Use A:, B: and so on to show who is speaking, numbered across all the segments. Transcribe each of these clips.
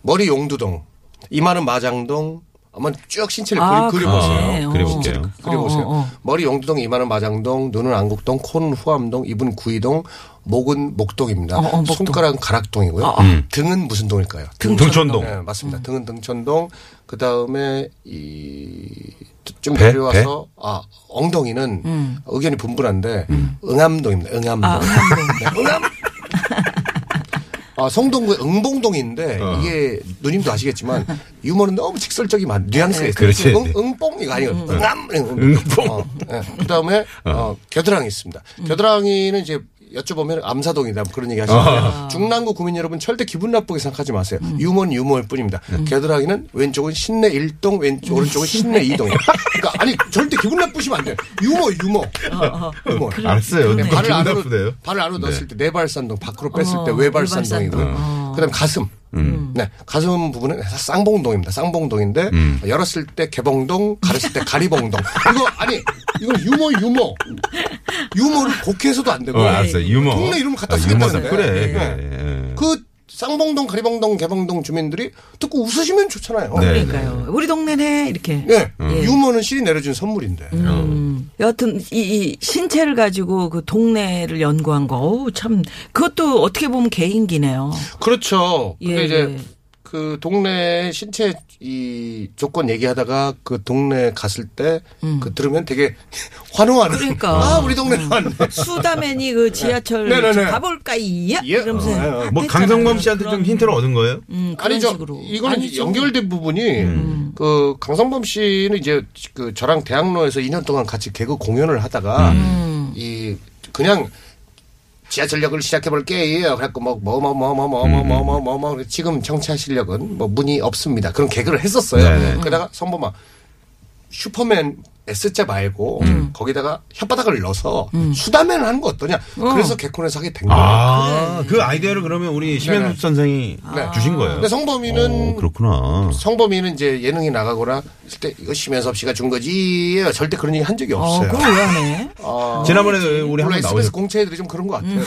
A: 머리 용두동, 이마는 마장동, 한번 쭉 신체를
B: 아,
A: 그리,
B: 그러네.
A: 그려보세요.
B: 네, 어.
C: 그래볼게요.
A: 그려보세요.
B: 어, 어, 어.
A: 머리 용두동, 이마는 마장동, 눈은 안국동, 코는 후암동, 입은 구이동, 목은 목동입니다.
B: 어, 어, 목동.
A: 손가락은 가락동이고요. 음.
B: 어, 어.
A: 등은 무슨 동일까요?
C: 아, 음. 등촌동.
A: 네,
B: 음.
A: 맞습니다. 등은 등천동. 그 다음에 이좀
C: 배?
A: 내려와서 아 엉덩이는 의견이 분분한데
C: 음.
A: 응암동입니다. 응암동.
B: 음. 아,
A: 네, 응암. 아, 성동구의 응봉동인데
C: 어.
A: 이게 누님도 아시겠지만 유머는 너무 직설적이만
B: 네,
A: 뉘앙스가 있어요.
C: 그렇지.
A: 응, 응뽕 이거 아니에요. 음, 응암.
C: 응뽕.
A: 어, 네. 그다음에 어. 음. 겨드랑이 있습니다. 겨드랑이는 이제 여쭤보면 암사동이다 뭐 그런 얘기 하시는데 중랑구 구민 여러분 절대 기분 나쁘게 생각하지 마세요. 유머는 유머일 뿐입니다. 겨드랑이는 왼쪽은 신내 1동, 왼쪽 오른쪽은 음. 신내 2동이에요. 그러니까 아니 절대 기분 나쁘시면 안 돼요. 유머 유머. 유머.
C: 알았어요.
A: 네,
C: 또
A: 발을
C: 그러니까 기분
A: 안으로
C: 나쁘대요. 네.
A: 발을 안으로 넣었을 때네 내발산동 밖으로 뺐을 때
B: 어,
A: 네, 외발산동이고 어.
B: 외발산동.
A: 그다음 에 가슴 네 가슴 부분은 쌍봉동입니다 쌍봉동인데
C: 음.
A: 열었을 때 개봉동 가렸을 때 가리봉동 이거 아니 이건 유머 유머 유머를 곡해서도 안 되고
C: 어, 알았어요. 유머.
A: 동네 이름 갖다
C: 아, 유머다.
A: 쓰겠다는데.
C: 그래.
A: 네.
C: 예, 예.
A: 그 쌍봉동 가리봉동 개봉동 주민들이 듣고 웃으시면 좋잖아요
C: 네. 음.
B: 그러니까요 우리 동네는 해 이렇게
A: 네. 유머는 신이 내려준 선물인데
B: 음. 여하튼 이, 이 신체를 가지고 그 동네를 연구한 거, 어우, 참 그것도 어떻게 보면 개인기네요.
A: 그렇죠. 근데
B: 예,
A: 이제
B: 예.
A: 그 동네 신체 이 조건 얘기하다가 그 동네 갔을 때 그 들으면 되게 환호하는.
B: 음. 그러니까.
A: 아 우리 동네 왔네.
B: 수다맨이 그 지하철
A: 네, 네, 네.
B: 가볼까 이야
A: 예.
B: 이러면서
A: 어, 예, 어.
C: 뭐
B: 했잖아요.
C: 강성범 씨한테 좀
B: 그 그런,
C: 힌트를 얻은 거예요?
B: 음, 그런
A: 아니죠.
B: 식으로.
A: 이거는
B: 아니죠.
A: 연결된 부분이
C: 음.
A: 그 강성범 씨는 이제 그 저랑 대학로에서 2년 동안 같이 개그 공연을 하다가
C: 음.
A: 이 그냥 지하철역을 시작해볼게. 그래갖고 뭐, 뭐, 뭐, 뭐, 뭐, 뭐, 뭐,
C: 음.
A: 뭐, 뭐, 뭐, 뭐, 지금 청취하 실력은 뭐 문이 없습니다. 그런 개그를 했었어요.
C: 네네.
A: 그러다가 성범아, 슈퍼맨 S자 말고
C: 음.
A: 거기다가 혓바닥을 넣어서 수다맨을 하는 거 어떠냐. 그래서 개콘에서 하게 된 거예요.
C: 아, 그 아이디어를 그러면
B: 네,
C: 우리 심현숙 선생이
B: 아.
A: 네.
C: 주신 거예요.
A: 근데 성범이는
C: 어, 그렇구나.
A: 성범이는 이제 예능에 나가거나 했을 때 이거 심연섭 씨가 준 거지 절대 그런 얘기 한 적이
B: 어,
A: 없어요.
B: 그걸 왜 하네?
A: 아,
C: 지난번에 아, 우리
A: 물론
C: 한번 음.
A: SBS
C: 나오셨
A: 공채들이 좀 그런 것 같아요.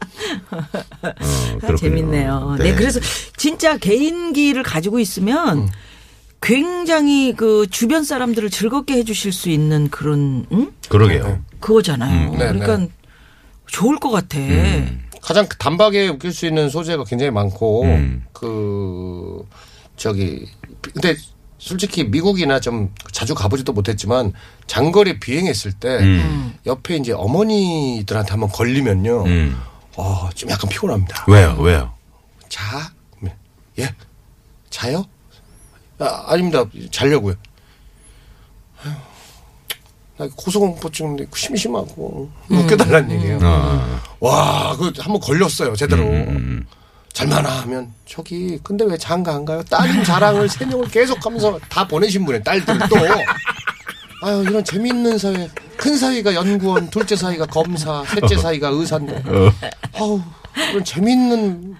C: 어,
B: 아,
C: 그렇군요.
B: 재밌네요. 네. 그래서 진짜 개인기를 가지고 있으면 굉장히 그 주변 사람들을 즐겁게 해주실 수 있는 그런 응?
C: 그러게요.
B: 그거잖아요.
A: 네, 음.
B: 그러니까 좋을 것 같아.
A: 가장 단박에 웃길 수 있는 소재가 굉장히 많고
C: 음.
A: 그 저기 근데 솔직히 미국이나 좀 자주 가보지도 못했지만 장거리 비행했을 때 옆에 이제 어머니들한테 한번 걸리면요,
C: 음. 그
A: 어, 좀 약간 피곤합니다.
C: 왜요? 왜요?
A: 자? 네. 예? 자요? 아, 아닙니다. 자려고요. 아휴, 나 고소공포증인데 그 심심하고
B: 음.
A: 웃겨달라는 얘기예요.
B: 아.
A: 와, 그 한 번 걸렸어요.
B: 음,
A: 제대로. 잘만아 하면 저기 근데 왜 장가 안 가요? 딸인 자랑을 세명을 계속하면서 다 보내신 분이에요. 딸들 또. 아유 이런 재미있는 사회. 큰 사위가 연구원, 둘째
B: 어.
A: 사위가 검사, 셋째 사위가 의사인데. 아우 이런 재미있는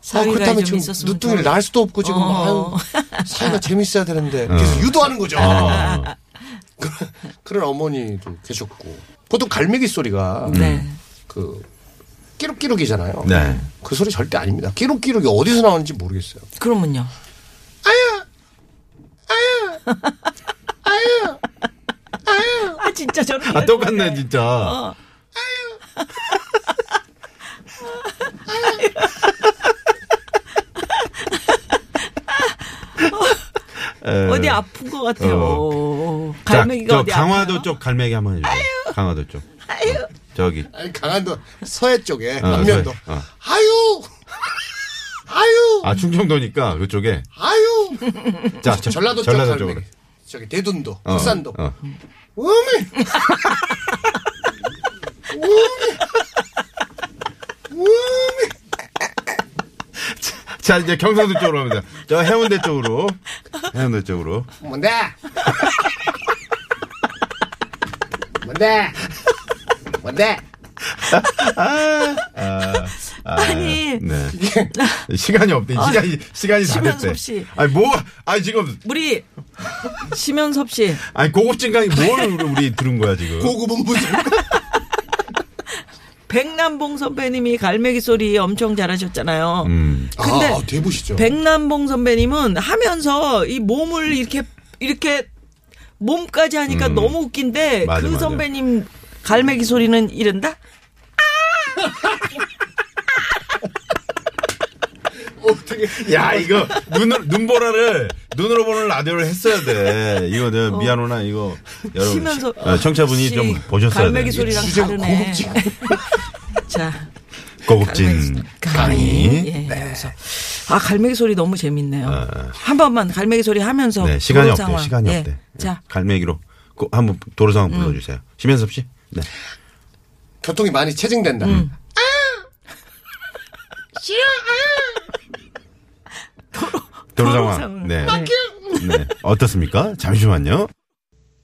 B: 사위가
A: 그렇다면
B: 좀
A: 지금
B: 있었으면
A: 누뚱이를
B: 좋을-
A: 날 수도 없고 지금
B: 어.
A: 아유, 사이가 재밌어야 되는데
C: 음.
A: 계속 유도하는 거죠.
B: 네.
C: 어.
A: 그런- 그런 어머니도 계셨고 보통 갈매기 소리가
B: 네.
A: 그 끼룩끼룩이잖아요.
C: 네.
A: 그 소리 절대 아닙니다. 끼룩끼룩이 어디서 나오는지 모르겠어요.
B: 그러면요. 아유, 아유, 아유, 아유. 아 진짜 저런.
C: 아 똑같네 진짜.
B: 어. 어디 아픈 것 같아요.
C: 네. 어. 자,
B: 갈매기가
C: 저
B: 어디
C: 강화도
B: 아파요?
C: 쪽 갈매기 한번 해주세요. 강화도 쪽. 어, 저기.
A: 아니 강원도 서해 쪽에
C: 어,
A: 남면도
C: 서해, 어.
A: 아유 아유
C: 아 충청도니까 그쪽에.
A: 아유
C: 자, 저-
A: 전라도 쪽
C: 전라도
A: 갈매기.
C: 쪽으로.
A: 저기 대둔도
C: 어,
A: 북산도
C: 어.
A: 어미
C: 자 이제 경상도 쪽으로 갑니다. 저 해운대 쪽으로. 해운대 쪽으로.
A: 뭔데 뭔데 뭔데
B: 아니
C: 아,
B: 아,
C: 네. 시간이 없대. 시간이 시간이 다
B: 심연섭
C: 됐대.
B: 씨.
C: 아니 뭐? 아니 지금
B: 우리 심연섭 씨
C: 아니 고급진 강의 뭘 우리 들은 거야 지금?
A: 고급은 무슨
B: 백남봉 선배님이 갈매기 소리 엄청 잘하셨잖아요.
C: 음.
B: 근데
A: 아 대부시죠
B: 백남봉 선배님은 하면서 이 몸을 이렇게 이렇게 몸까지 하니까 너무 웃긴데
C: 음. 맞아,
B: 그
C: 맞아.
B: 선배님 갈매기 소리는 이른다?
A: 어, 되게
C: 야 이거 눈으로 눈보라를 눈으로 보는 라디오를 했어야 돼. 이거 내가 미안하나 이거 여러분
B: 어. 쉬면서
C: 어, 청취자분이
B: 씨,
C: 좀 보셨어야 돼.
B: 갈매기 소리랑
A: 주제가
B: 다르네.
A: 고급진
B: 자,
C: 고급진 네.
B: 강의.
C: 강의.
B: 예, 여기서. 아 갈매기 소리 너무 재밌네요. 한 번만 갈매기 소리 하면서
C: 아. 네 시간이
B: 어, 도로
C: 없대.
B: 상황.
C: 시간이
B: 예.
C: 없대.
B: 자, 음.
C: 갈매기로 꼭 한번 도로 상황 불러주세요. 심현섭 씨. 네.
A: 교통이 많이 체증된다
C: 도로
B: 도로
C: 상황.
B: 상황.
C: 네. 네. 어떻습니까? 잠시만요.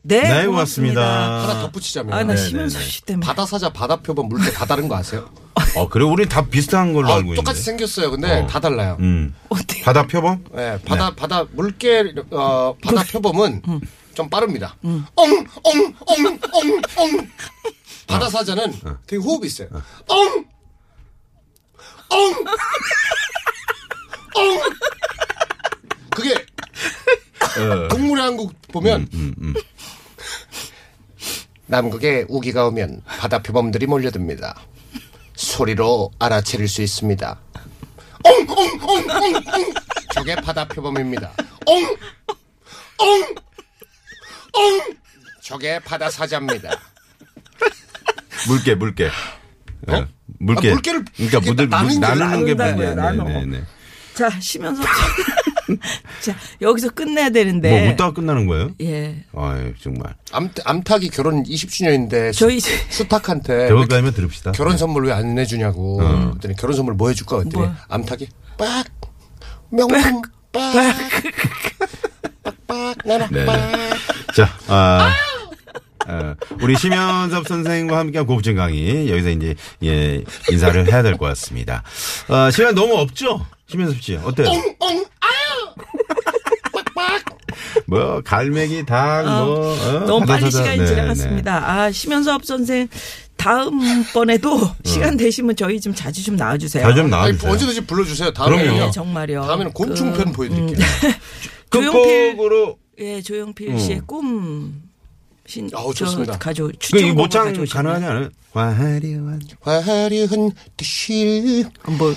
B: 네,
C: 네,
A: 하나
C: 고맙습니다.
A: 덧붙이자면
B: 아나
C: 네,
B: 심연섭
C: 네, 네.
B: 씨 때문에
A: 바다사자 바다표범 물개 다 다른 거 아세요?
C: 어, 그리고 우리 다 비슷한 걸로
A: 아,
C: 알고 있는데.
A: 똑같이 생겼어요 근데
C: 어.
A: 다 달라요
C: 음.
B: 어때?
C: 바다 표범?
A: 예, 바다 바다 물개 음. 어 바다 표범은 좀 빠릅니다. 엉엉엉엉엉 바다 사자는 되게 호흡이 어. 있어요. 엉엉엉 엉. 그게 동물의 한국 보면 음. 남극에 우기가 오면 바다 표범들이 몰려듭니다. 소리로 알아채릴 수 있습니다. 엉엉엉엉엉 저게 바다 표범입니다. 엉엉엉 저게 바다 사자입니다.
C: 물개, 물개. 어? 물개.
A: 아, 물개를
C: 그러니까
A: 이렇게
C: 무들, 무,
A: 나누는 게
C: 나누는 게
B: 나눈다,
C: 물개야.
B: 나눠.
C: 네, 네, 네.
B: 자, 심연섭 씨. 자, 여기서 끝내야 되는데.
C: 뭐 웃다가 끝나는 거예요?
B: 예.
C: 아유, 정말.
A: 암, 암탉이 결혼 20주년인데
B: 저희 이제
A: 수탉한테
C: 대박이면 들읍시다.
A: 네, 결혼 선물 왜 안 해주냐고
C: 어.
A: 그랬더니 결혼 선물 뭐 해줄까 그랬더니
B: 뭐야?
A: 암탉이 빡 명품 빡 빡빡 나락
C: 네.
A: 빡
C: 자, 아. 어, 우리 심연섭 선생과 함께한 고부진 강의 여기서 이제 예 인사를 해야 될 것 같습니다. 어, 시간 너무 없죠? 심연섭 씨 어때요?
A: 엉 아유 빡빡
C: 뭐 갈매기 닭뭐
B: 어,
C: 어,
B: 너무 빨리 시간이
C: 네,
B: 지나갔습니다. 아, 심연섭 선생 다음번에도 시간 되시면 저희 좀 자주 좀 나와 주세요.
C: 어. 자좀
A: 아니
C: 나와주세요.
A: 언제든지 불러주세요 다음에
C: 그럼요.
B: 예, 정말요. 그, 음.
A: 다음에는 곤충편 보여드릴게요
B: 조용필.
C: 끝곡으로 그 음.
B: 예, 조영필 씨의 꿈. 신,
A: 아우,
B: 저
A: 좋습니다.
B: 가져
C: 그 이거 모창
B: 추천
C: 가능하지 않아요? 화려한
A: 화려한 뜻이
B: 뭐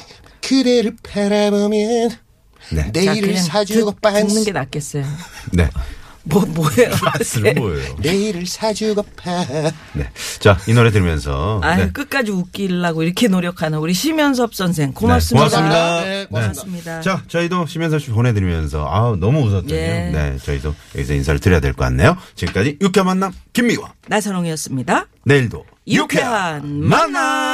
A: 그대를 바라보면
C: 네.
B: 자,
A: 내일을
B: 그냥
A: 사주고
B: 듣- 듣는
A: 빤스
B: 게 낫겠어요.
C: 네.
B: 뭐 뭐예요?
C: 빤스는 뭐예요?
A: 내일을 사주고 파
C: 네. 자, 이 노래 들으면서
B: 아,
C: 네.
B: 끝까지 웃기려고 이렇게 노력하는 우리 심연섭 선생
C: 네. 고맙습니다.
A: 네,
B: 고맙습니다.
C: 자, 저희도 심현섭 씨 보내드리면서 아 너무 웃었더니요.
B: 예.
C: 네, 저희도 여기서 인사를 드려야 될 것 같네요. 지금까지 유쾌한 만남 김미화.
B: 나선홍이었습니다.
C: 내일도
B: 유쾌한 만남.